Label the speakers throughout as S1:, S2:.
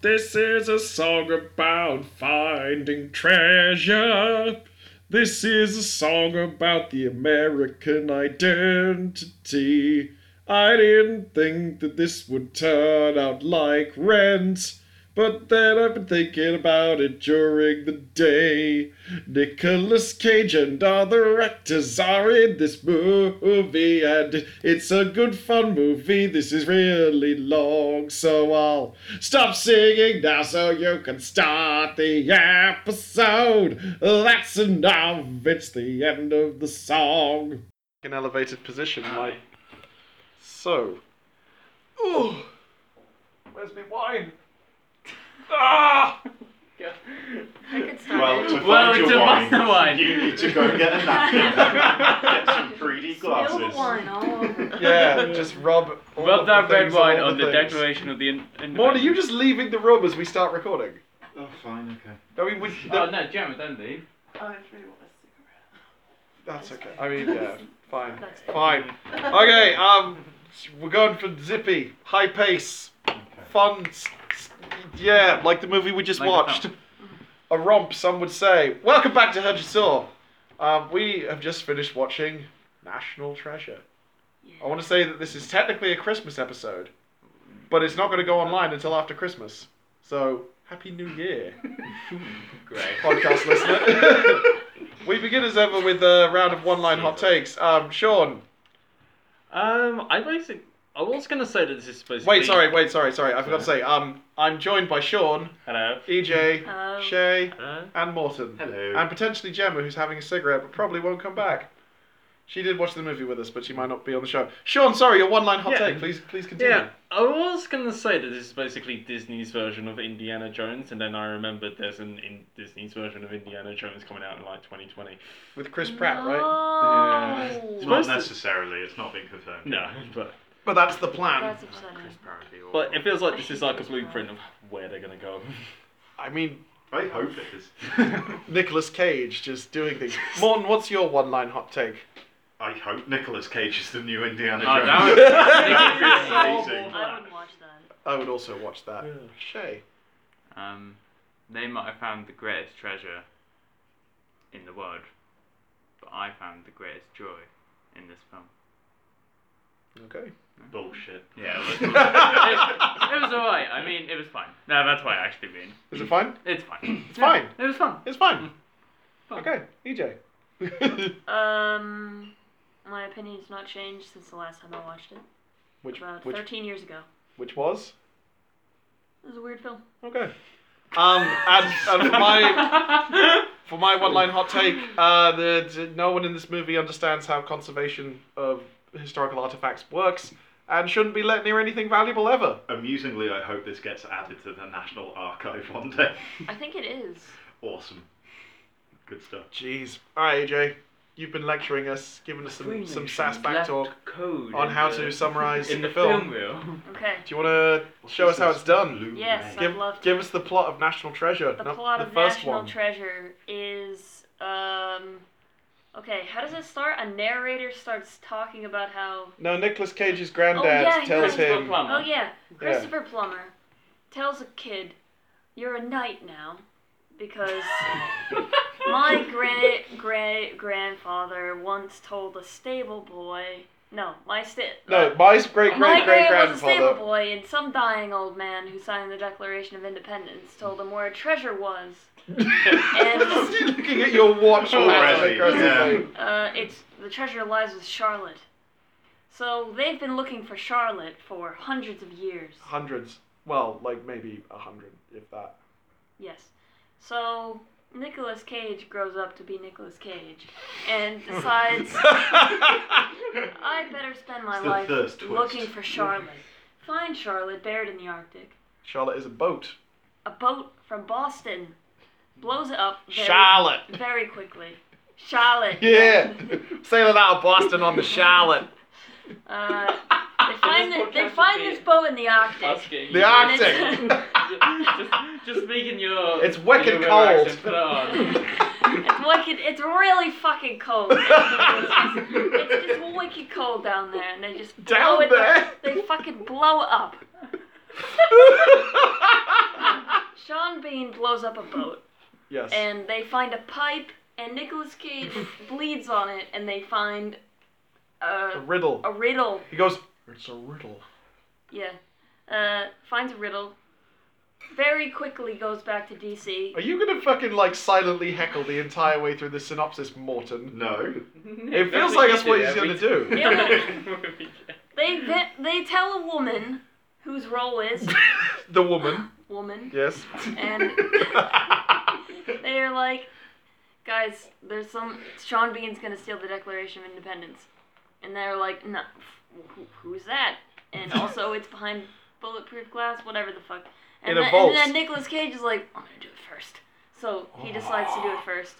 S1: This is a song about finding treasure. This is a song about the American identity. I didn't think that this would turn out like rent. But then I've been thinking about it during the day. Nicolas Cage and other actors are in this movie, and it's a good fun movie. This is really long, so I'll stop singing now so you can start the episode. That's enough, it's the end of the song. An elevated position, like. So. Ooh! Where's my wine? Ah!
S2: I could stop
S3: Well, to
S2: it.
S3: find
S4: Well,
S3: your
S4: to
S3: wine,
S4: find the wine.
S3: you need to go get a napkin, get some 3D
S2: Spill the Oh,
S3: glasses.
S2: wine all over.
S1: Yeah, just rub. all
S4: Rub
S1: of
S4: that
S1: the
S4: red
S1: things
S4: wine
S1: all
S4: on the
S1: things.
S4: Declaration of the in- Independence.
S1: Morty, you just leaving the room as we start recording?
S3: Oh, fine, okay.
S1: I mean, we,
S4: Oh no, Gemma, don't leave.
S1: that's okay. I mean, yeah, fine, fine. Okay, um, we're going for zippy, high pace, fun. s- s- Yeah, like the movie we just
S4: Like the
S1: watched.
S4: film.
S1: A romp, some would say. Welcome back to Heard You Saw. Um, we have just finished watching National Treasure. I want to say that this is technically a Christmas episode, but it's not going to go online until after Christmas. So, Happy New Year,
S4: Great.
S1: podcast listener. we begin as ever with a round of one line hot takes. Um, Sean.
S4: Um, I basically, I was gonna say that this is supposed to
S1: Wait,
S4: be.
S1: sorry, wait, sorry, sorry. I forgot to say, um, I'm joined by Sean,
S4: Hello.
S1: EJ,
S2: Hello.
S1: Shay,
S4: Hello.
S1: and Morton.
S3: Hello.
S1: And potentially Gemma, who's having a cigarette but probably won't come back. She did watch the movie with us, but she might not be on the show. Sean, sorry, your one line hot
S4: Yeah.
S1: take. Please, please continue.
S4: Yeah, I was gonna say that this is basically Disney's version of Indiana Jones, and then I remembered there's an in Disney's version of Indiana Jones coming out in like 2020.
S1: With Chris Pratt, right?
S2: right?
S3: It's
S4: Oh. Supposed
S3: not
S4: to-
S3: necessarily, it's not been confirmed.
S4: No, but
S1: But that's the plan.
S2: That's
S3: Chris
S2: upsetting.
S3: Parody or-
S4: but it feels like this is like a blueprint of where they're gonna go.
S1: I mean,
S3: I hope it is.
S1: Nicolas Cage just doing things. Morton, what's your one line hot take?
S3: I hope Nicolas Cage is the new Indiana
S4: Oh,
S3: Jones.
S4: that would-
S3: That would be amazing.
S2: I would watch that.
S1: I would also watch that.
S4: Yeah.
S1: Shay.
S5: Um, they might have found the greatest treasure in the world, but I found the greatest joy in this film.
S1: Okay.
S3: Bullshit.
S5: Yeah, it was, it, was alright. I mean, it was fine. No, that's what I actually mean.
S1: Is it fine?
S5: It's fine. It's
S1: fine.
S5: It was fun.
S1: It's fine.
S2: Mm.
S1: Okay, E EJ.
S2: Um, my opinion's not changed since the last time I watched it.
S1: which
S2: About
S1: which
S2: 13 years ago.
S1: which was?
S2: It was a weird film.
S1: Okay. Um, and, and for my for my one line hot take, uh, the, the- no one in this movie understands how conservation of historical artifacts works, and shouldn't be let near anything valuable ever.
S3: Amusingly, I hope this gets added to the National Archive one day.
S2: I think it is.
S3: Awesome. Good stuff.
S1: Jeez. All right, AJ, you've been lecturing us, giving us some some sass back talk
S4: code
S1: on
S4: in
S1: how
S4: the-
S1: to summarize
S4: in
S1: the
S4: the film,
S1: film.
S4: reel.
S2: Okay.
S1: Do you want to show us how it's done?
S3: Blu-ray.
S2: Yes,
S1: Give,
S2: I'd love to.
S1: give us the plot of National Treasure.
S2: The
S1: not
S2: plot
S1: the
S2: of
S1: first
S2: National
S1: one.
S2: Treasure is um okay, how does it start? A narrator starts talking about how
S1: no, Nicolas Cage's granddad
S2: Oh, yeah, he
S1: tells
S2: does.
S1: him.
S2: Oh yeah, Christopher Plummer tells a kid, "You're a knight now, because my great great grandfather once told a stable boy, no, my sta- uh,
S1: No, my great
S2: my
S1: great great
S2: was a stable
S1: grandfather.
S2: boy, and some dying old man who signed the Declaration of Independence told him where a treasure was, and
S1: You're looking at your watch Oh, already.
S3: Already,
S1: aggressively.
S2: uh, it's the treasure lies with Charlotte." So they've been looking for Charlotte for hundreds of years.
S1: Hundreds. Well, like maybe a hundred, if that.
S2: Yes. So Nicolas Cage grows up to be Nicolas Cage and decides I better spend my
S3: It's the
S2: life
S3: first twist.
S2: looking for Charlotte. Find Charlotte buried in the Arctic.
S1: Charlotte is a boat.
S2: A boat from Boston blows it up very, very quickly. Charlotte.
S1: Yeah. Sailing out of Boston on the Charlotte.
S2: Uh, they find
S4: This
S2: the, they
S4: podcast
S2: find
S4: would be
S2: this boat in the Arctic.
S4: Asking.
S1: The Arctic.
S4: just, just speaking your.
S1: It's wicked
S4: your
S1: cold.
S4: accent, Put it on.
S2: It's wicked. It's really fucking cold. It's just wicked cold down there, and they just blow
S1: Down
S2: it.
S1: there?
S2: They fucking blow it up. Sabine blows up a boat,
S1: Yes.
S2: and they find a pipe, and Nicolas Cage bleeds on it, and they find
S1: a
S2: a,
S1: riddle.
S2: a riddle.
S1: He goes, It's a riddle.
S2: Yeah. Uh, finds a riddle. Very quickly goes back to DC.
S1: Are you gonna fucking like silently heckle the entire way through the synopsis, Morton?
S3: No.
S1: It feels like that's what he's gonna do.
S6: do.
S2: They ve- they tell a woman whose role is
S1: The woman.
S2: woman,
S1: Yes.
S2: and they are like, guys, there's some Sean Bean's gonna steal the Declaration of Independence, and they're like, no, who, who's that? And also, it's behind bulletproof glass, whatever the fuck. And,
S1: In a
S2: then,
S1: vault.
S2: and then Nicolas Cage is like, I'm gonna do it first. So he decides to do it first.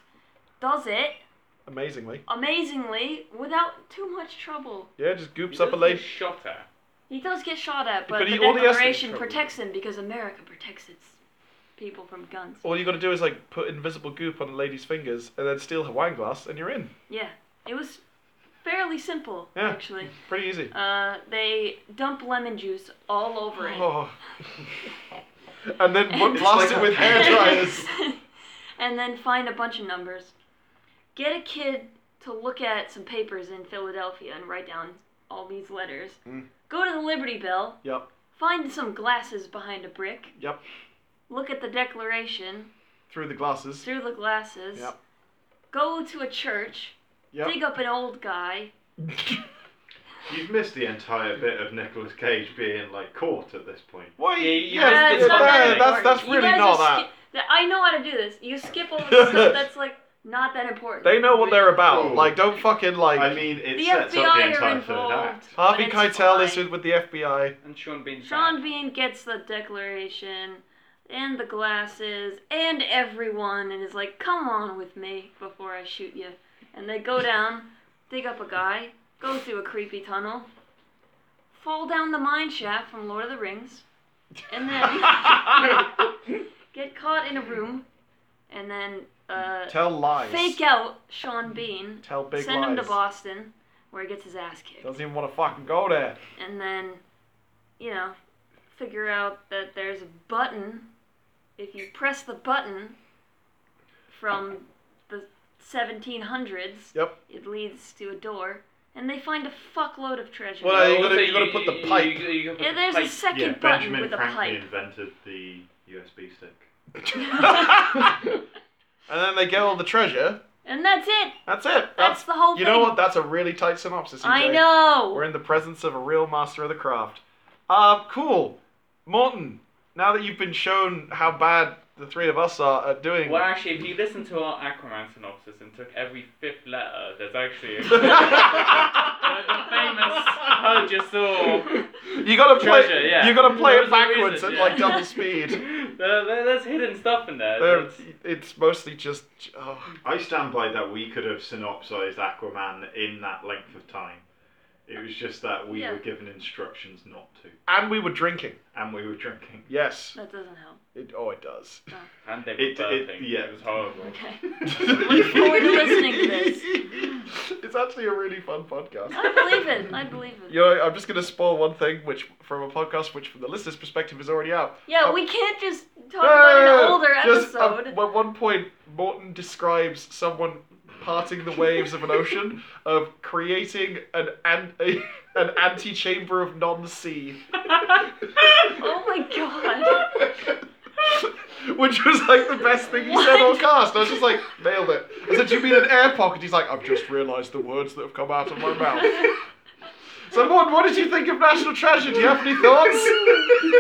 S2: Does it
S1: Amazingly.
S2: amazingly without too much trouble.
S1: Yeah, just goops up a lady.
S6: Shot at.
S2: He does get shot at, but,
S1: But he
S2: the
S1: only has to get
S2: Declaration
S1: shot at.
S2: protects him because America protects its people from guns.
S1: All you gotta do is like put invisible goop on a lady's fingers and then steal her wine glass and you're in.
S2: Yeah, it was fairly simple
S1: Yeah.
S2: actually.
S1: Pretty easy.
S2: Uh, they dump lemon juice all over it.
S1: Oh. and then
S2: And-
S1: blast it with hair dryers.
S2: and then find a bunch of numbers. Get a kid to look at some papers in Philadelphia and write down all these letters.
S1: Mm.
S2: Go to the Liberty Bell.
S1: Yep.
S2: Find some glasses behind a brick.
S1: Yep.
S2: Look at the Declaration.
S1: Through the glasses.
S2: through the glasses,
S1: Yep.
S2: go to a church,
S1: Yep.
S2: dig up an old guy.
S3: You've missed the entire bit of Nicolas Cage being like caught at this point.
S1: Why?
S6: Yeah, you-
S1: yeah,
S2: Yeah, it's
S1: yeah,
S2: not that-
S1: that's that's
S2: Uh, You
S1: really
S2: guys
S1: not
S2: are
S1: that.
S2: ski- th- I know how to do this. You skip over the stuff that's like not that important.
S1: They know what they're about.
S3: Oh.
S1: Like, don't fucking like.
S3: I mean, it
S2: The
S3: sets up the
S2: FBI are
S3: entire
S2: involved.
S3: third act.
S1: Harvey
S2: it's
S1: Keitel
S2: fine.
S1: is with, with the FBI.
S4: And Sean Bean.
S2: Sean Bean gets the declaration and the glasses and everyone and is like, "Come on with me before I shoot you." And they go down, dig up a guy, go through a creepy tunnel, fall down the mine shaft from Lord of the Rings, and then get caught in a room, and then uh,
S1: Tell lies.
S2: fake out Sean Bean,
S1: Tell big
S2: send
S1: lies.
S2: him to Boston, where he gets his ass kicked,
S1: Doesn't even want to fucking go there.
S2: and then, you know, figure out that there's a button. If you press the button from the 1700s,
S1: Yep.
S2: it leads to a door, and they find a fuckload of treasure.
S1: Well, you gotta- you gotta put the pipe.
S6: You, you gotta put
S2: yeah,
S6: the
S2: there's a
S6: pipe.
S2: second
S3: yeah,
S2: button
S3: Benjamin
S2: with a
S3: Franklin
S2: pipe.
S3: invented the USB stick.
S1: And then they get all the treasure.
S2: And that's it.
S1: That's it.
S2: That's the whole
S1: You
S2: thing.
S1: know what? That's a really tight synopsis.
S2: I
S1: EJ.
S2: know.
S1: We're in the presence of a real master of the craft. Uh, cool. Morton, now that you've been shown how bad the three of us are at doing.
S4: Well, actually, if you listen to our Aquaman synopsis and took every fifth letter, there's actually a the famous Hodgesaw.
S1: you gotta play.
S4: Treasure, yeah.
S1: You gotta play
S4: There
S1: it
S4: was a reason,
S1: backwards at
S4: yeah.
S1: like double speed.
S4: there, there, there's hidden stuff in there.
S1: There-
S4: that's-
S1: it's mostly just. Oh.
S3: I stand by that we could have synopsized Aquaman in that length of time. It was just that we
S2: Yeah.
S3: were given instructions not to,
S1: And we were drinking.
S3: and we were drinking.
S1: Yes.
S2: That doesn't help.
S1: It, oh, it does.
S4: And they were
S3: It- it-
S4: burping.
S3: yeah.
S4: It was horrible.
S2: Okay. Look forward to listening to this.
S1: It's actually a really fun podcast.
S2: I believe it. I believe it.
S1: You know, I'm just going to spoil one thing, which from a podcast, which from the listener's perspective is already out.
S2: Yeah,
S1: Um,
S2: we can't just talk
S1: no, no,
S2: about
S1: no,
S2: an
S1: no.
S2: older
S1: Just, um,
S2: episode.
S1: at one point, Morton describes someone parting the waves of an ocean of creating an an, a, an antechamber of non-sea,
S2: oh my god.
S1: which was like the best thing he said all cast. I was just like, nailed it. I said, "Do you mean an air pocket?" He's like, "I've just realised the words that have come out of my mouth."
S2: Oh,
S1: So, Morton, what did you think of National Treasure? Do you have any thoughts?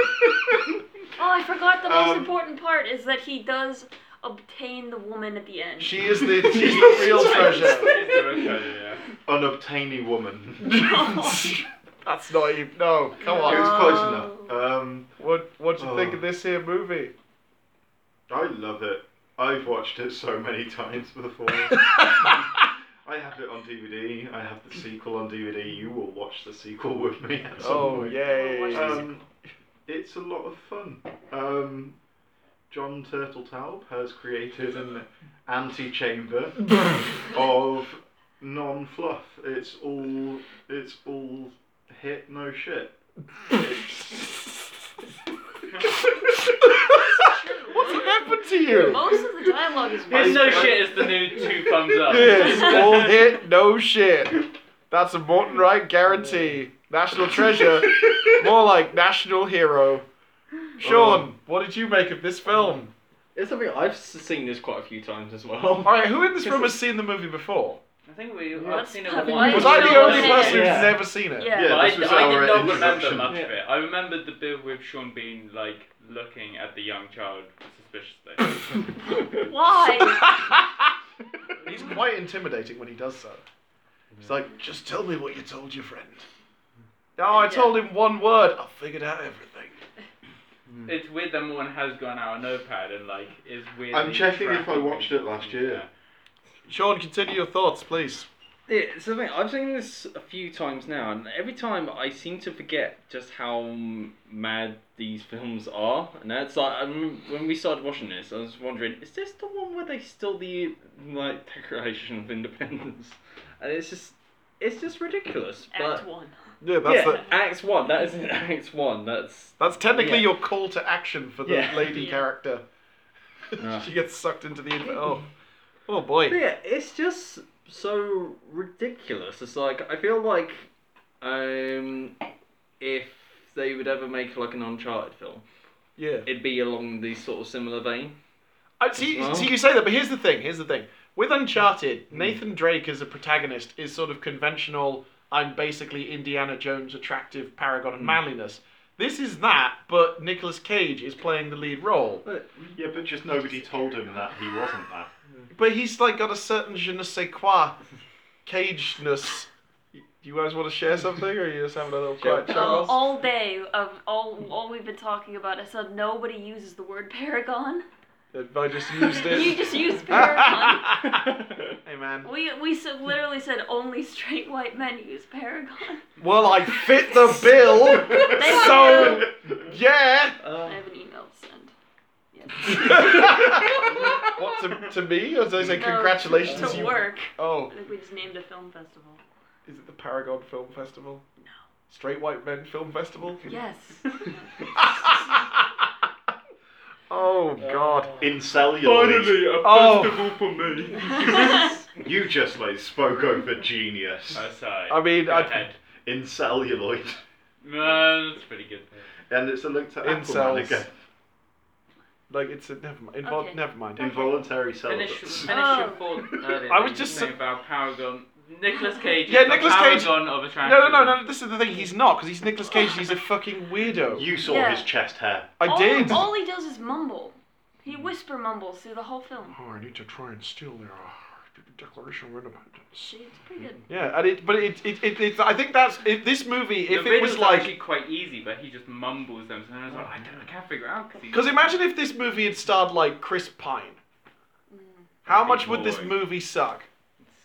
S2: Oh, I forgot the most
S1: Um,
S2: important part is that he does obtain the woman at the end.
S1: she is the she's the
S2: Oh.
S1: real treasure.
S4: It's the real treasure, yeah.
S3: Unobtainy woman.
S1: That's not even. No, come
S3: It was
S1: on.
S2: Oh.
S3: close enough. Um,
S1: What What do you think
S3: Oh.
S1: of this here movie?
S3: I love it. I've watched it so many times before. I have it on DVD. I have the sequel on DVD. You will watch the sequel with me at some
S1: oh
S3: point.
S1: yay!
S3: Um, it's a lot of fun. Um, John Turteltaub has created an antechamber of non-fluff. It's all it's all hit no shit. It's-
S1: What's happening? you.
S2: Most of the dialogue is
S4: It's
S2: white.
S4: no shit is the new two thumbs up.
S1: Yes, all hit, no shit. That's a Morton Wright guarantee. National treasure, more like national hero. Sean, what did you make of this film?
S5: It's something I've s- seen this quite a few times as well.
S1: All right, who in this room has seen the movie before?
S4: I think we. I've
S2: Let's
S4: seen it
S2: have
S4: once.
S2: one.
S1: Was I the
S2: Sean
S1: only person who's
S5: Yeah.
S1: never seen it?
S2: Yeah.
S3: Yeah,
S4: But I, I
S3: this
S4: did
S3: was
S4: not
S3: our
S4: remember
S3: introduction.
S4: much of
S5: Yeah.
S4: it. I remembered the bit with Sean Bean like looking at the young child suspiciously.
S2: Why?
S1: He's quite intimidating when he does so. He's like, just tell me what you told your friend. No, I
S2: Yeah.
S1: told him one word. I figured out everything.
S5: Mm.
S4: it's weird that one has gone out a notepad and like is weird.
S3: I'm checking if I watched it last year.
S1: Sean, continue your thoughts, please.
S5: It's something I've seen this a few times now, and every time I seem to forget just how m- mad these films are. And that's like I remember when we started watching this, I was wondering, is this the one where they steal the like Declaration of Independence? And it's just, it's just ridiculous.
S2: Act
S5: but-
S2: one.
S1: Yeah, that's
S5: yeah,
S1: it.
S5: Act One. That is Act One. That's
S1: That's technically
S5: Yeah.
S1: your call to action for the
S5: Yeah.
S1: lady
S2: Yeah.
S1: character.
S5: Ah.
S1: she gets sucked into the oh, oh boy.
S5: yeah, it's just so ridiculous. It's like I feel like um if they would ever make like an Uncharted film,
S1: Yeah.
S5: it'd be along the sort of similar vein.
S1: I see,
S5: Well-
S1: see. You say that, but here's the thing. Here's the thing. With Uncharted, Nathan Drake as a protagonist is sort of conventional. I'm basically Indiana Jones, attractive paragon of
S5: Hmm.
S1: manliness. This is that, but Nicolas Cage is playing the lead role.
S3: Yeah, but just nobody told him that he wasn't that.
S1: But he's like got a certain je ne sais quoi cageness. Y- You guys want to share something, or you just having a little quiet chat?
S2: All,
S1: Ross?
S2: all day of all all we've been talking about is how nobody uses the word paragon.
S1: Have I just used it.
S2: You just used paragon.
S1: Hey man.
S2: we we so literally said only straight white men use paragon.
S1: Well, I fit the bill,
S2: Thank
S1: so
S2: you.
S1: yeah.
S2: I have an email to send.
S1: what to, to me? Or did I say
S2: No,
S1: congratulations?
S2: To
S1: you...
S2: work.
S1: Oh,
S2: I think we just named a film festival.
S1: is it the Paragon Film Festival? No. Straight White Men Film Festival.
S2: Yes.
S1: oh God.
S3: In celluloid.
S4: a
S1: Oh.
S4: for me.
S3: You just like spoke over genius.
S4: Oh, sorry.
S1: I mean,
S4: Go
S1: I,
S4: ahead.
S3: In celluloid.
S4: No, that's pretty good.
S3: And it's a link to
S1: Incels.
S3: Aquaman again.
S1: like it's a never mind. Invol-
S2: Okay.
S1: Never mind.
S3: Involuntary
S4: Finish,
S3: celibates.
S4: finish
S2: Oh.
S4: your thought earlier.
S1: I
S4: that
S1: was
S4: you
S1: just
S4: were saying
S1: sa-
S4: about Paragon. Nicholas Cage.
S1: Yeah,
S4: is the
S1: Nicolas Cage-
S4: Paragon of
S1: No,
S4: attraction.
S1: no, no, no. This is the thing. He's not because he's Nicolas Cage. He's a fucking weirdo.
S3: You saw
S2: Yeah.
S3: his chest hair.
S1: I
S2: all,
S1: did.
S2: All he does is mumble. He whisper mumbles through the whole film.
S1: Oh, I need to try and steal their uh, Declaration of Independence.
S2: It's pretty good.
S1: Yeah, and it, but it, it, it, it I think that's if this movie, if
S4: the
S1: it was
S4: riddles are actually
S1: like,
S4: quite easy, but he just mumbles them. So I was like, I, don't, I can't figure it out
S1: because imagine if this movie had starred like Chris Pine. How
S4: That'd be
S1: much would this
S4: boring.
S1: movie suck?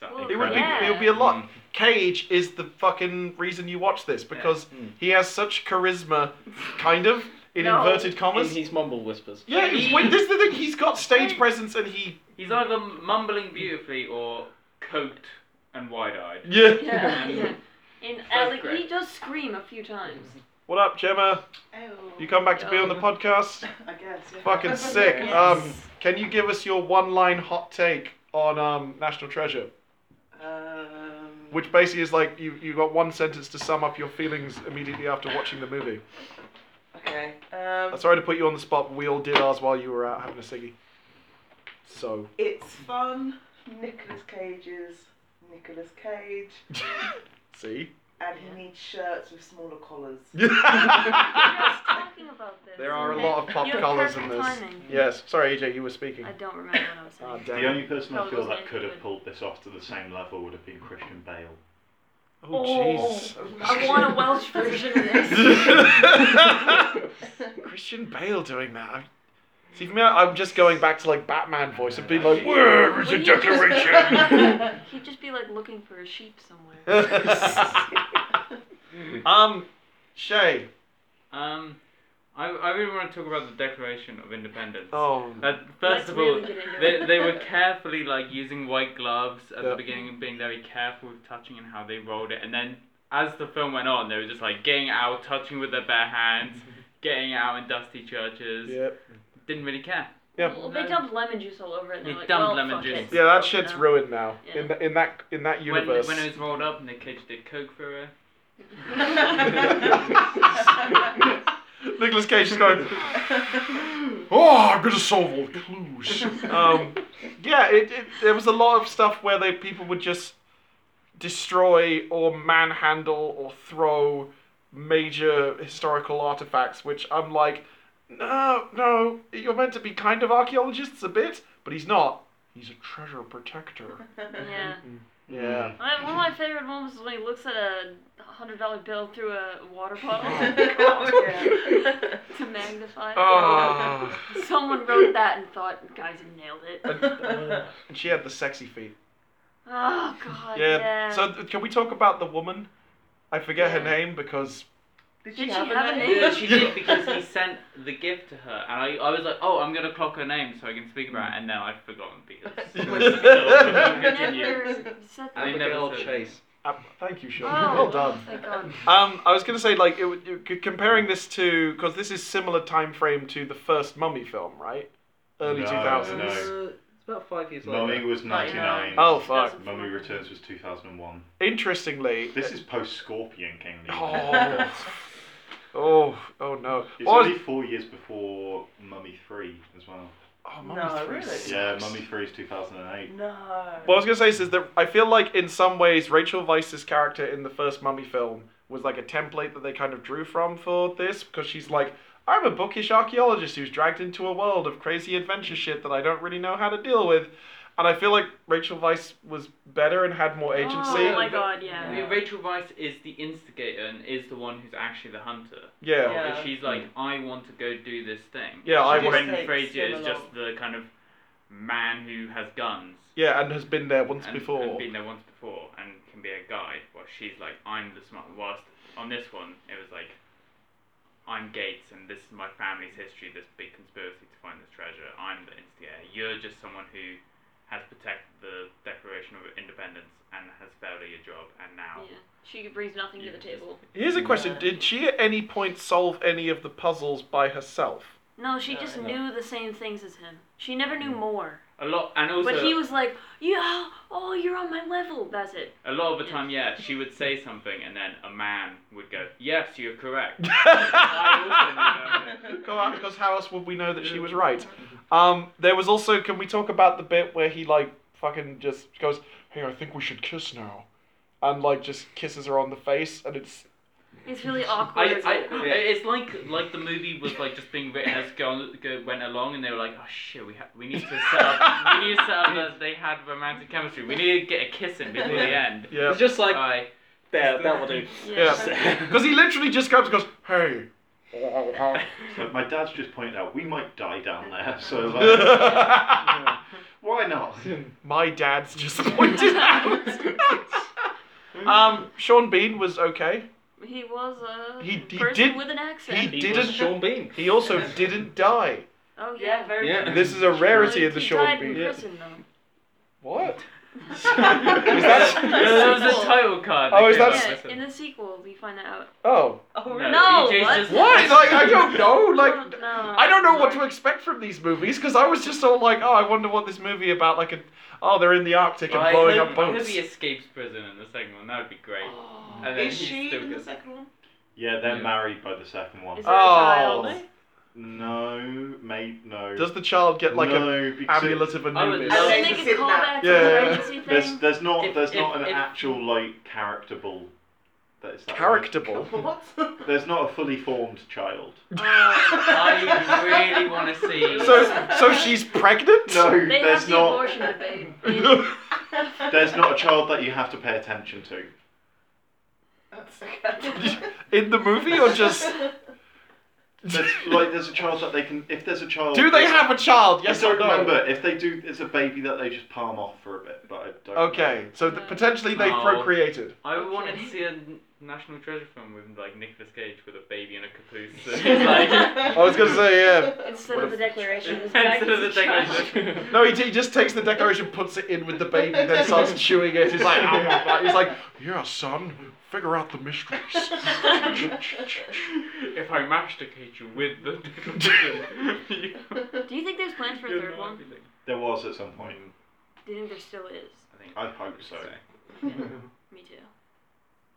S2: Well,
S1: It would be,
S2: Yeah.
S1: it would be a lot.
S4: Mm.
S1: Cage is the fucking reason you watch this because
S4: Mm.
S1: he has such charisma, kind of in
S2: No.
S1: inverted commas.
S5: his mumble whispers.
S1: yeah, wait, this is the thing. He's got stage
S2: Hey.
S1: presence and he.
S4: He's either mumbling beautifully or coked and wide-eyed.
S1: Yeah.
S2: Yeah, yeah. And at least
S4: great.
S2: he does scream a few times.
S1: What up, Gemma? You come back to be on the
S2: Oh.
S1: podcast?
S7: Oh, I guess. Yeah.
S1: Fucking sick.
S2: Yes.
S1: Um, can you give us your one-line hot take on um, National Treasure?
S7: Um,
S1: Which basically is like you you got one sentence to sum up your feelings immediately after watching the movie.
S7: okay. Um,
S1: I'm sorry to put you on the spot. but We all did ours while you were out having a ciggy. So
S7: it's fun. Nicolas Cage is Nicolas Cage,
S1: see.
S7: and he needs shirts with smaller collars.
S2: We're just talking about this.
S1: there are a
S2: okay?
S1: lot of pop
S2: You have
S1: collars in
S2: perfect
S1: this.
S2: timing.
S1: Yes. Sorry, AJ, you were speaking.
S2: I don't remember what I was
S1: Ah, damn.
S2: saying.
S3: The only person I
S2: Probably
S3: feel
S2: wasn't
S3: that could have
S2: good.
S3: pulled this off to the same level would have been Christian Bale.
S1: oh jeez.
S2: I want a Welsh version of this.
S7: Welsh.
S1: Christian Bale doing that. I'm- See, for me, I- I'm just going back to like Batman voice and being like,
S2: Well,
S1: "Where is
S2: he'd
S1: the
S2: just-
S1: declaration?"
S2: He'd just be like looking for a sheep somewhere.
S1: um, Shay.
S4: Um, I, I really want to talk about the Declaration of Independence.
S1: Oh.
S4: Uh, 1st
S2: Let's
S4: of all,
S2: really get into
S4: they,
S2: it.
S4: they were carefully like using white gloves at
S1: Yeah.
S4: the beginning and being very careful with touching and how they rolled it. And then as the film went on, they were just like getting out, touching with their bare hands, getting out in dusty churches.
S1: Yep.
S4: Didn't really care.
S1: Yeah.
S2: Well, they dumped lemon juice all over it. And
S4: They
S2: they're like,
S4: dumped
S2: well,
S4: lemon
S2: fuck
S4: juice.
S2: It.
S1: Yeah, that shit's
S2: No.
S1: ruined now.
S2: Yeah.
S1: In, th in that in that
S4: When,
S1: universe.
S4: when it was rolled up, Nick Cage did coke for her.
S1: Nicholas Cage is going. Oh, I'm gonna solve all the clues. um, yeah, it, it, there was a lot of stuff where they people would just destroy or manhandle or throw major historical artifacts, which I'm like, no, no, you're meant to be kind of archaeologists a bit, but he's not. He's a treasure protector.
S2: Yeah.
S1: Yeah.
S2: I, one of my favorite moments is when he looks at a hundred dollar bill through a water bottle
S7: Yeah.
S2: to magnify. it.
S1: Oh.
S2: Someone wrote that and thought, guys, you nailed it.
S1: uh, and she had the sexy feet.
S2: Oh god.
S1: Yeah.
S2: Yeah.
S1: So th- can we talk about the woman? I forget her
S2: Yeah.
S1: name because
S7: Did
S2: Did
S7: she
S2: she
S7: have
S2: have
S7: a
S2: a
S7: name?
S4: Yeah, she did because he sent the gift to her, and I, I was like, oh, I'm gonna clock her name so I can speak about it, and now I've forgotten because. Continue.
S2: never said
S4: I
S2: that.
S4: never
S5: Abigail
S4: said it.
S5: Chase.
S1: uh, thank you, Sean.
S2: Oh,
S1: Well done.
S2: Thank God.
S1: Um, I was gonna say like it, would- you c- comparing this to because this is similar time frame to the first Mummy film, right? Early
S3: No,
S1: two
S3: no.
S1: thousands.
S5: Uh, it's about five years
S3: Mm. Mummy
S5: later.
S3: was 99.
S1: Oh fuck!
S3: Mummy Returns was 2001.
S1: Interestingly,
S3: This is post Scorpion King. even.
S1: oh, oh, oh no!
S3: It's
S1: What was-
S3: only four years before Mummy 3 as well.
S1: oh, Mummy
S7: No,
S1: Three
S7: really?
S1: sucks.
S3: Yeah, Mummy 3 is 2008.
S7: No.
S1: What I was gonna say is, is that I feel like in some ways Rachel Weisz's character in the first Mummy film was like a template that they kind of drew from for this because she's like, I'm a bookish archaeologist who's dragged into a world of crazy adventure shit that I don't really know how to deal with, and I feel like Rachel Weisz was better and had more agency.
S2: Oh my god, yeah.
S4: I mean, Rachel Weisz is the instigator and is the one who's actually the hunter.
S1: yeah.
S7: Yeah.
S4: But she's like, I want to go do this thing.
S1: Hmm. Yeah, I
S7: She
S4: Brendan
S7: just takes
S4: Fraser
S7: him
S4: is just
S7: along.
S4: the kind of man who has guns.
S1: Yeah, and has been there once
S4: and,
S1: before.
S4: and been there once before and can be a guide. While she's like, I'm the smart. Whilst on this one, it was like, I'm Gates and this is my family's history. This big conspiracy to find this treasure. I'm the instigator. You're just someone who has protected the Declaration of Independence and has failed at your job. And now,
S2: Yeah. She brings nothing to the table.
S1: Here's a question:
S7: Yeah.
S1: Did she at any point solve any of the puzzles by herself?
S2: No, she
S7: No,
S2: just
S7: no.
S2: knew the same things as him. She never
S4: Mm.
S2: knew more.
S4: a lot. And also,
S2: But he was like, yeah, oh, you're on my level. That's it.
S4: a lot of the time, yeah, she would say something and then a man would go, Yes, you're correct. I also knew that.
S1: Because how else would we know that she was right? Um, there was also. Can we talk about the bit where he like fucking just goes, "Hey, I think we should kiss now," and like just kisses her on the face, and it's
S2: It's really awkward.
S4: I, I, it's like like the movie was like just being written as go, go went along, and they were like, oh shit, we ha- we need to set up, we need to set up that they had romantic chemistry. We need to get a kiss in before the end.
S1: yeah,
S5: It's just like
S4: Alright.
S5: there. That will do.
S1: yeah. Because he literally just comes and goes, "Hey."
S3: But my dad's just pointed out we might die down there, so like, why not?
S1: My dad's just pointed out. um, Sean Bean was okay.
S2: He was a
S1: He- he
S2: person
S1: did-
S2: with an accent.
S1: he-
S5: He
S1: Didn't-
S5: was Sean Bean.
S1: He also didn't die.
S2: oh yeah.
S7: Yeah, very
S5: Yeah.
S1: This is a rarity
S2: Well,
S1: of the
S2: he
S1: Sean
S2: died in
S1: Bean.
S2: prison, though.
S1: What?
S4: Was
S1: that-
S4: there was a title card.
S1: Oh,
S4: they
S1: is
S4: gave
S1: that-
S4: us.
S2: Yeah, in the sequel, we find that out.
S1: Oh.
S7: Oh,
S4: No,
S7: really?
S2: No,
S4: EJ's
S2: what?
S4: just-
S1: What? Like I don't know.
S2: I
S1: Oh, Like
S2: don't know.
S1: I don't know what to
S2: Sorry.
S1: expect from these movies because I was just all like, oh, I wonder what this movie about. Like, a, oh, they're in the Arctic and
S4: I
S1: blowing
S4: hope-
S1: up
S4: I hope
S1: boats.
S4: he escapes prison in the second one. That would be great.
S7: Oh,
S4: And then
S7: is
S4: he's
S7: she
S4: still
S7: in the
S4: good.
S7: second one?
S3: Yeah, they're
S4: Yeah.
S3: married by the second one.
S2: Is there a child?
S1: Oh.
S3: No, mate, no.
S1: Does the child get like an
S3: no, because
S1: amulet of
S4: I would
S1: Anubis?
S4: love-
S2: I
S7: Okay,
S2: think
S7: so
S2: it's
S7: sit
S2: a callback
S7: back.
S2: to the
S1: Yeah.
S2: emergency
S3: There's
S2: thing.
S3: there's not
S4: If-
S3: there's
S4: if-
S3: not an
S4: if-
S3: actual like characterable. That is that
S1: Characterable.
S7: What?
S3: word. There's not a fully formed child.
S2: Oh,
S4: I really want to see.
S1: So, so she's pregnant?
S3: No,
S2: they
S3: there's
S2: have the
S3: not.
S2: abortion debate.
S3: There's not a child that you have to pay attention to.
S7: That's okay.
S1: in the movie or just?
S3: There's, like there's a child that they can. If there's a child.
S1: Do they have a child?
S3: I
S1: Yes or
S3: don't
S1: no?
S3: remember. If they do, it's a baby that they just palm off for a bit, but I don't.
S1: Okay, so th- potentially they've
S4: No.
S1: procreated.
S4: I wanted to see a National Treasure film with like Nicolas Cage with a baby and a caboose. And he's like,
S1: I was gonna say yeah.
S2: Instead
S1: What
S2: of the declaration, it's back
S4: instead of the
S2: to child.
S4: declaration.
S1: No, he, he just takes the declaration, puts it in with the baby, then starts chewing it. He's like, "Ow, ow, ow." he's like, yeah, son, figure out the mysteries.
S4: if I masticate you with the declaration, you-
S2: Do you think there's plans for a
S4: you'll
S2: third
S4: know
S2: one?
S4: everything.
S3: There was at some point.
S2: Do you think there still is?
S4: I think.
S3: I hope so.
S2: Yeah, me too.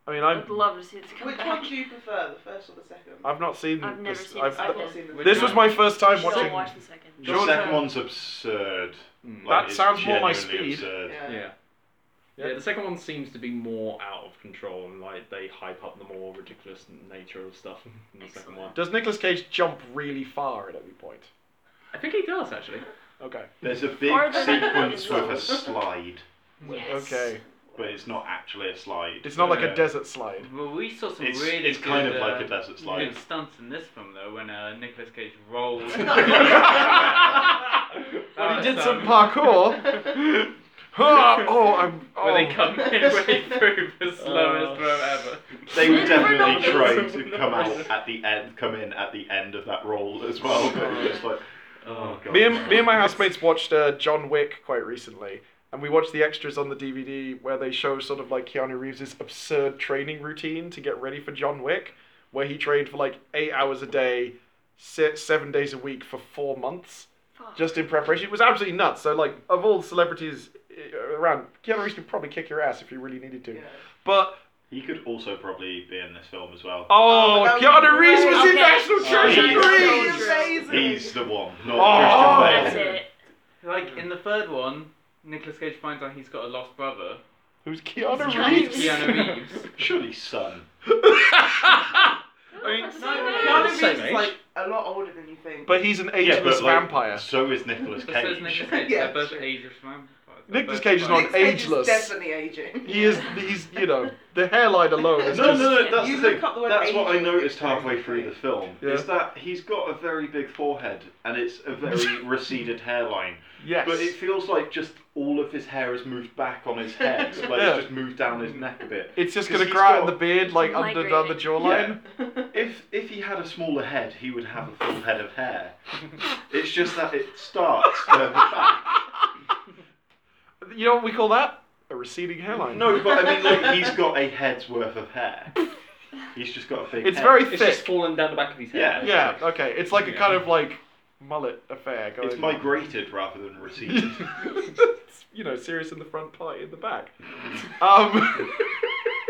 S1: I mean,
S2: I'd
S1: I'm,
S2: love to see it come
S7: Which
S2: back.
S7: one do you prefer, the first or the second?
S1: I've not seen.
S2: I've never
S1: this.
S2: seen
S1: I've,
S2: the
S7: I've
S2: second.
S7: not seen the
S4: Which
S1: this was my first time
S2: Don't
S1: watching.
S2: watch the second.
S3: The
S1: Jordan-
S3: second one's absurd.
S4: Hmm.
S5: Mm.
S1: That
S3: it's
S1: sounds more my
S3: genuinely
S1: speed.
S3: absurd.
S7: Yeah.
S5: Yeah.
S1: Yeah.
S5: yeah. the second one seems to be more out of control and like they hype up the more ridiculous nature of stuff in the second
S2: Excellent.
S5: one.
S1: Does Nicolas Cage jump really far at every point?
S5: I think he does actually.
S1: Okay.
S3: There's a big
S2: Or the-
S3: sequence with a slide,
S2: Yes.
S1: Okay.
S3: but it's not actually a slide.
S1: It's not like
S3: Yeah.
S1: a desert slide.
S4: Well, we saw some
S3: It's,
S4: really
S3: it's kind
S4: good,
S3: of like
S4: uh,
S3: a desert
S4: good
S3: slide.
S4: stunts in this film though when uh, Nicolas Cage rolled.
S1: Well, he
S4: That
S1: did
S4: was um,
S1: some
S4: fun.
S1: parkour. Ah, oh, I'm. Oh.
S4: Where they come midway through the slowest throw ever.
S3: They would
S2: It's
S3: definitely
S2: not-
S3: try to come out at the end, come in at the end of that roll as well. But it's just like, oh god.
S1: Me and me and my housemates watched uh, John Wick quite recently, and we watched the extras on the DVD where they show sort of like Keanu Reeves' absurd training routine to get ready for John Wick, where he trained for like eight hours a day, se- seven days a week for four months,
S2: Fuck.
S1: just in preparation. It was absolutely nuts. So like, of all the celebrities uh, around, Keanu Reeves could probably kick your ass if he really needed to.
S7: Yeah.
S1: But
S3: He could also probably be in this film as well.
S1: oh,
S7: that would
S1: Keanu
S7: be
S1: Reeves
S7: great.
S1: was in
S2: Okay.
S1: National
S2: Oh,
S1: Treasure
S3: he's-
S1: Three.
S7: amazing.
S3: He's the one,
S1: Oh.
S3: not
S2: That's
S3: Christian Bale.
S2: it.
S4: Like in the third one, Nicolas Cage finds out he's got a lost brother,
S1: Who's Keanu
S2: Keanu
S1: Reeves?
S4: Keanu Reeves.
S3: Surely son.
S1: I mean,
S2: That's
S4: No, no,
S2: so bad.
S4: no.
S7: Keanu
S5: Same
S7: Reeves is
S5: age.
S7: like a lot older than you think.
S1: But he's an
S3: Yeah,
S1: ageless
S3: but, like,
S1: vampire.
S3: So is Nicolas
S4: So is
S3: Cage.
S4: Nicolas Cage.
S7: Yeah,
S4: They're both
S7: true.
S4: ageless vampires. They're
S1: Nicolas
S4: both
S1: Cage is
S4: like-
S1: not
S7: Nick Cage is
S1: ageless.
S7: definitely aging.
S1: He is, he's, you know, the hairline alone
S3: No,
S1: is
S3: no,
S1: just.
S3: no, that's
S7: You
S3: the
S7: look
S3: thing.
S7: up the word
S3: that's what I
S7: Asian,
S3: noticed
S7: it's very
S3: halfway through the
S7: different.
S3: film
S1: Yeah.
S3: is that he's got a very big forehead and it's a very receded hairline.
S1: Yes.
S3: But it feels like just all of his hair is moved back on his head, like
S1: Yeah.
S3: it's just moved down his neck a bit.
S1: it's just
S3: 'cause
S1: gonna
S3: he's
S1: grow out in
S3: got-
S1: the beard, like
S2: It's
S1: under down the
S2: migrating.
S1: jawline.
S7: Oh,
S3: If if he had a smaller head, he would have a full head of hair. It's just that it starts further back.
S1: You know what we call that? A receding hairline.
S3: No, but I mean, like he's got a head's worth of hair. He's just got a big.
S1: it's
S3: head.
S1: very
S5: It's
S1: thick.
S5: just fallen down the back of his
S3: Yeah.
S5: head.
S1: yeah. Okay. It's like a
S5: Yeah.
S1: kind of like mullet affair. Going
S3: It's migrated rather than receded.
S1: It's, you know, serious in the front, party in the back. Um.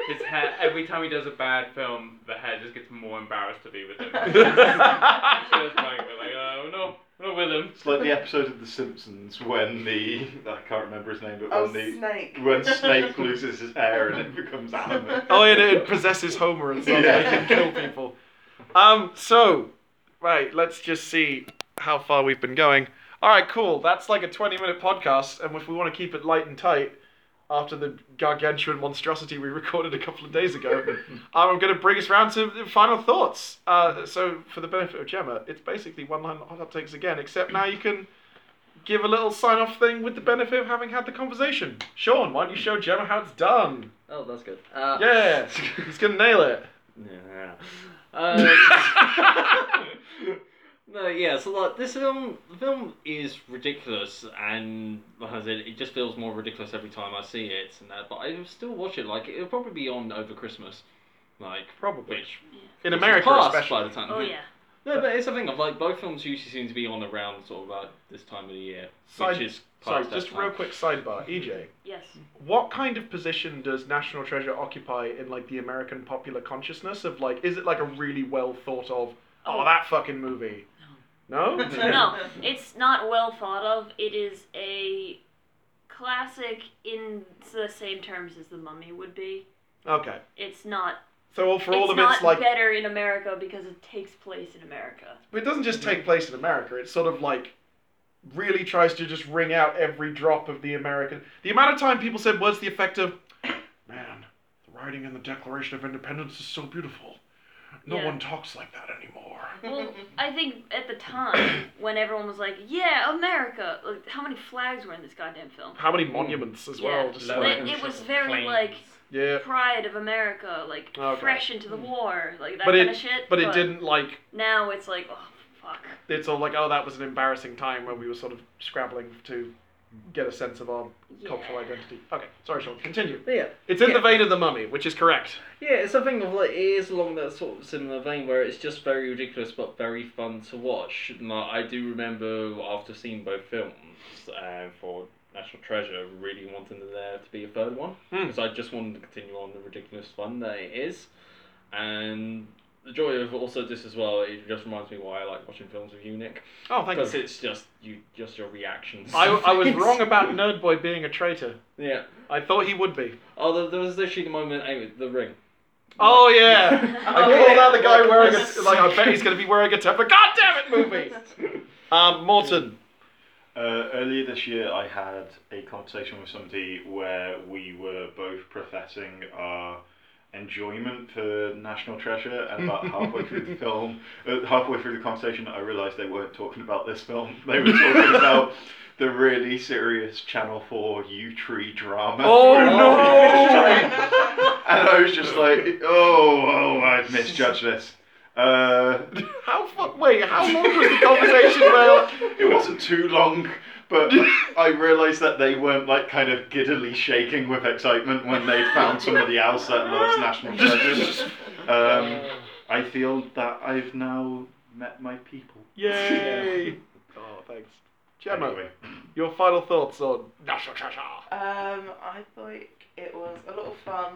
S4: His hair. Every time he does a bad film, the hair just gets more embarrassed to be with him. It's just like, we're like, oh no, we're not with him.
S3: It's like the episode of The Simpsons when the I can't remember his name, but
S7: Oh,
S3: when the
S7: snake.
S3: when Snake loses his hair and it becomes animate.
S1: oh, and it possesses Homer and stuff. It can
S3: Yeah.
S1: kill people. Um, so, right, let's just see how far we've been going. All right, cool. That's like a 20 minute podcast, and if we want to keep it light and tight after the gargantuan monstrosity we recorded a couple of days ago, um, I'm going to bring us round to the final thoughts. Uh, so, for the benefit of Gemma, it's basically one line hot uptakes again, except now you can give a little sign off thing with the benefit of having had the conversation. Sean, why don't you show Gemma how it's done?
S5: Oh, that's good. Uh,
S1: Yeah, he's gonna nail it.
S5: Yeah. Uh, no, yeah. So like this film, the film is ridiculous, and like I said, it just feels more ridiculous every time I see it, and that. But I will still watch it. Like it'll probably be on over Christmas, like
S1: Probably
S5: which
S1: in
S5: which is
S1: America,
S5: past by
S1: especially.
S5: the time.
S2: Oh yeah.
S5: No, but it's the thing of like both films usually seem to be on around sort of about this time of the year,
S1: Side-
S5: which is
S1: Sorry,
S5: past that
S1: just
S5: time.
S1: real quick sidebar. EJ,
S2: Yes.
S1: what kind of position does National Treasure occupy in like the American popular consciousness of like? Is it like a really well thought of? Oh,
S2: Oh.
S1: that fucking movie. No.
S2: No, it's not well thought of. It is a classic in the same terms as the Mummy would be.
S1: Okay.
S2: It's not.
S1: So for all
S2: it's
S1: of
S2: not
S1: it's like
S2: better in America because it takes place in America.
S1: it doesn't just take place in America. It's sort of like really tries to just wring out every drop of the American. The amount of time people said words to the effect of, "Man, the writing in the Declaration of Independence is so beautiful. No
S2: Yeah.
S1: one talks like that anymore."
S2: Well, I think at the time when everyone was like, "Yeah, America," like how many flags were in this goddamn film?
S1: Hmm. How many monuments as well?
S2: Yeah.
S1: Just
S4: Low
S2: But
S1: like,
S2: it- it
S4: income
S2: was very, like,
S4: planes.
S1: Yeah.
S2: Pride of America, like
S1: Okay.
S2: fresh into the
S4: Hmm.
S2: war, like that
S1: But
S2: kind
S1: it-
S2: of shit.
S1: But it didn't like
S2: Now it's like, oh fuck.
S1: it's all like, oh, that was an embarrassing time where we were sort of scrabbling to get a sense of our
S2: Yeah.
S1: cultural identity. Okay, sorry, Sean. Continue.
S5: But yeah,
S1: It's in
S5: Yeah.
S1: the vein of the mummy, which is correct.
S5: yeah, it's a thing of like it is along that sort of similar vein where it's just very ridiculous but very fun to watch. And, like, I do remember after seeing both films uh, for National Treasure, really wanting there to be a third one
S1: Hmm.
S5: because I just wanted to continue on the ridiculous fun that it is, and the joy of also this as well. It just reminds me why I like watching films with you, Nick,
S1: Oh, thank
S5: because
S1: you.
S5: it's just you, just your reactions.
S1: I, I was wrong about Nerdboy being a traitor.
S5: yeah.
S1: I thought he would be.
S5: Oh, there, there was literally the moment anyway, the ring.
S1: Oh yeah, I
S5: Oh,
S1: called out the guy
S5: yeah.
S1: wearing a like. I bet he's going to be wearing a temper. God damn it, movie. Um, Morton.
S3: Uh, earlier this year, I had a conversation with somebody where we were both professing our enjoyment for National Treasure, and about halfway through the film, uh, halfway through the conversation, I realised they weren't talking about this film. They were talking about the really serious Channel Four U Tree drama.
S1: Oh no!
S7: no!
S3: And I was just like, oh, oh, I've misjudged this. Uh,
S1: How fu- wait? How long was the conversation? Well,
S3: It wasn't too long, but I realised that they weren't like kind of giddily shaking with excitement when they found somebody else that loves national treasures. Um, I feel that I've now met my people.
S1: yay! Oh, thanks, Gemma.
S3: Anyway,
S1: Your final thoughts on National Treasure? Oh.
S7: Um, I think it was a lot of fun.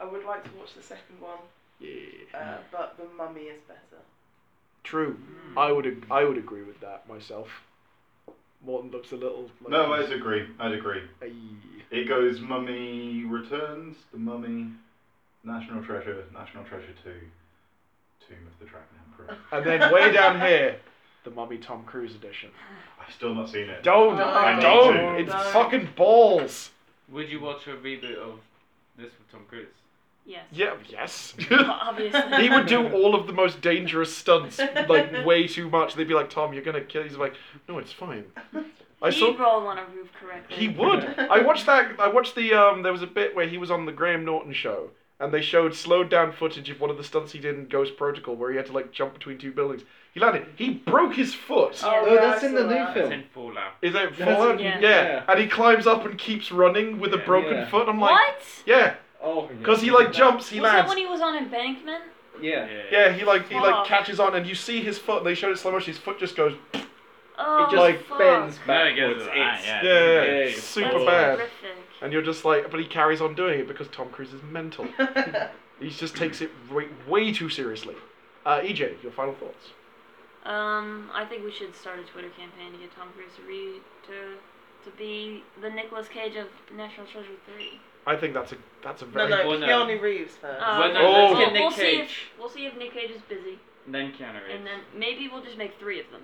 S7: I would like to watch the second one,
S1: Yeah.
S7: uh, but the mummy is better.
S1: True. I would ag- I would agree with that myself. Morton looks a little. Like
S3: no, I'd agree. I'd agree.
S1: Ayy.
S3: It goes Mummy Returns, The Mummy, National Treasure, National Treasure 2, Tomb of the Dragon Emperor.
S1: And then way down here, the Mummy Tom Cruise edition.
S3: I've still not seen it.
S1: Don't,
S7: I
S3: need
S1: don't.
S3: to.
S1: It's
S7: Don't.
S1: fucking balls.
S4: Would you watch a reboot of this with Tom Cruise?
S2: Yes.
S1: Yeah. Yes.
S2: Obviously.
S1: he would do all of the most dangerous stunts, like way too much. They'd be like, "Tom, you're gonna kill." He's like, "No, it's fine." I
S2: He'd
S1: saw.
S2: roll on a roof correctly.
S1: He would. I watched that. I watched the. Um, there was a bit where he was on the Graham Norton show, and they showed slowed down footage of one of the stunts he did in Ghost Protocol, where he had to like jump between two buildings. He landed. He broke his foot.
S7: Oh,
S5: Oh,
S7: yeah,
S5: that's
S7: I
S5: in the
S7: saw
S5: new
S4: It's
S7: that.
S5: film.
S4: in Fallout.
S1: Is that
S5: That's-
S1: fallen?
S2: yeah.
S5: Yeah.
S1: And he climbs up and keeps running with a
S4: Yeah.
S1: broken
S5: Yeah.
S1: foot. I'm like,
S2: What?
S1: yeah,
S5: Oh,
S1: because he like jumps, he
S2: was that
S1: lands.
S2: when he was on embankment?
S5: Yeah.
S1: Yeah, he like he
S2: Wow.
S1: like catches on, and you see his foot. They showed it slow motion. His foot just goes,
S2: Oh,
S5: just
S1: like,
S2: fuck.
S5: bends
S4: No, it goes like
S5: backwards.
S4: that,
S5: It's- ah,
S4: yeah.
S1: yeah, yeah,
S5: yeah,
S1: yeah,
S5: yeah.
S1: super
S2: That's
S1: bad.
S2: Horrific.
S1: And you're just like, but he carries on doing it because Tom Cruise is mental. he just takes it way, way too seriously. Uh, EJ, your final thoughts?
S2: Um, I think we should start a Twitter campaign to get Tom Cruise to re to to be the Nicolas Cage of National Treasure Three.
S1: I think that's a that's a
S7: no,
S1: very
S7: no,
S4: Well, no.
S7: Keanu Reeves first.
S2: Um,
S4: Well, no,
S1: Oh.
S4: let's get
S2: we'll, we'll
S4: Nick
S2: see if
S4: Cage.
S2: we'll see if Nick Cage is busy,
S4: And then Keanu Reeves.
S2: and then maybe we'll just make three of them.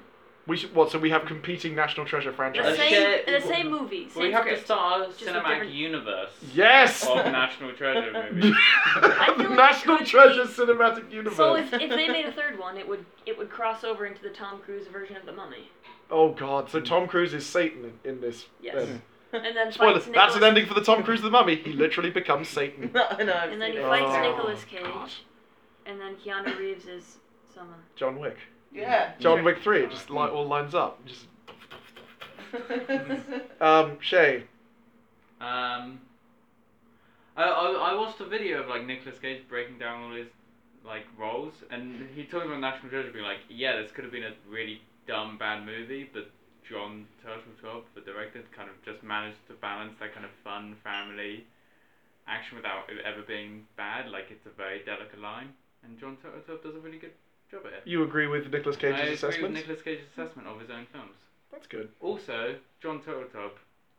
S1: we should, what? So we have competing national treasure
S2: The
S5: Right.
S1: franchises.
S2: same,
S5: Shit.
S2: the same movie, same
S4: we have to
S2: script.
S4: start a
S2: Just a
S4: cinematic
S2: different-
S4: universe
S1: Yes,
S4: of
S7: Oh.
S4: National Treasure movies.
S2: I feel
S1: the
S2: like
S1: National
S2: it could
S1: Treasure
S2: be-
S1: Cinematic Universe.
S2: So if, if they made a third one, it would it would cross over into the Tom Cruise version of the Mummy,
S1: oh God! So Tom Cruise is Satan in, in this.
S2: Yes.
S1: then.
S2: and then
S1: Spoiler.
S2: fights
S1: That's an
S2: Nicolas-
S1: ending for the Tom Cruise of the Mummy. He literally becomes Satan.
S7: no, no, I've
S2: And then
S7: seen
S2: he
S7: it.
S2: fights
S1: Oh,
S2: Nicolas Cage,
S1: God.
S2: and then Keanu Reeves is someone.
S1: John Wick.
S7: Yeah.
S1: John Wick Three. It just li- all lines up. Just
S7: That's
S1: um, Shay.
S4: Um, I, I I watched a video of like Nicolas Cage breaking down all his like roles, and he talked about National Treasure being like, yeah, this could have been a really dumb bad movie, but John Turteltaub, the director, kind of just managed to balance that kind of fun family action without it ever being bad. Like it's a very delicate line, and John Turteltaub does a really good job at it.
S1: You agree with Nicolas Cage's
S4: I agree
S1: assessment?
S4: with Nicolas Cage's assessment of his own films.
S1: That's good.
S4: Also, John Turteltaub,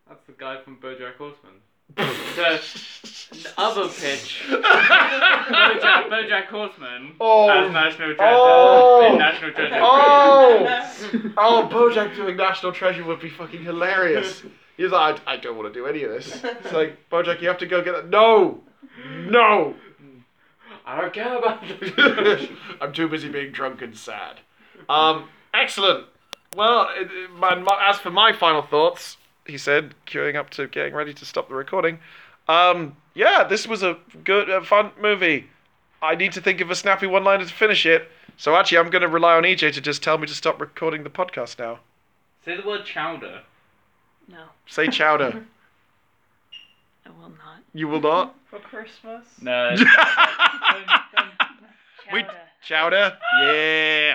S4: that's the guy from BoJack Horseman. So, the other pitch, BoJack, BoJack Horseman
S1: Oh.
S4: as National Treasure
S1: Oh.
S4: in National Treasure.
S1: Oh! oh, Bojack doing National Treasure would be fucking hilarious. He's like, I, I don't want to do any of this. It's like, Bojack, you have to go get that. No! No!
S4: I don't care about the
S1: I'm too busy being drunk and sad. Um, excellent. Well, it- it- my, my, as for my final thoughts, he said, queuing up to getting ready to stop the recording. Um, yeah, this was a good, a fun movie. I need to think of a snappy one-liner to finish it. So actually, I'm going to rely on EJ to just tell me to stop recording the podcast now.
S4: Say the word chowder.
S2: No,
S1: Say chowder.
S2: I will not.
S1: you will not.
S7: For Christmas?
S4: No.
S1: We- Chowder. Yeah.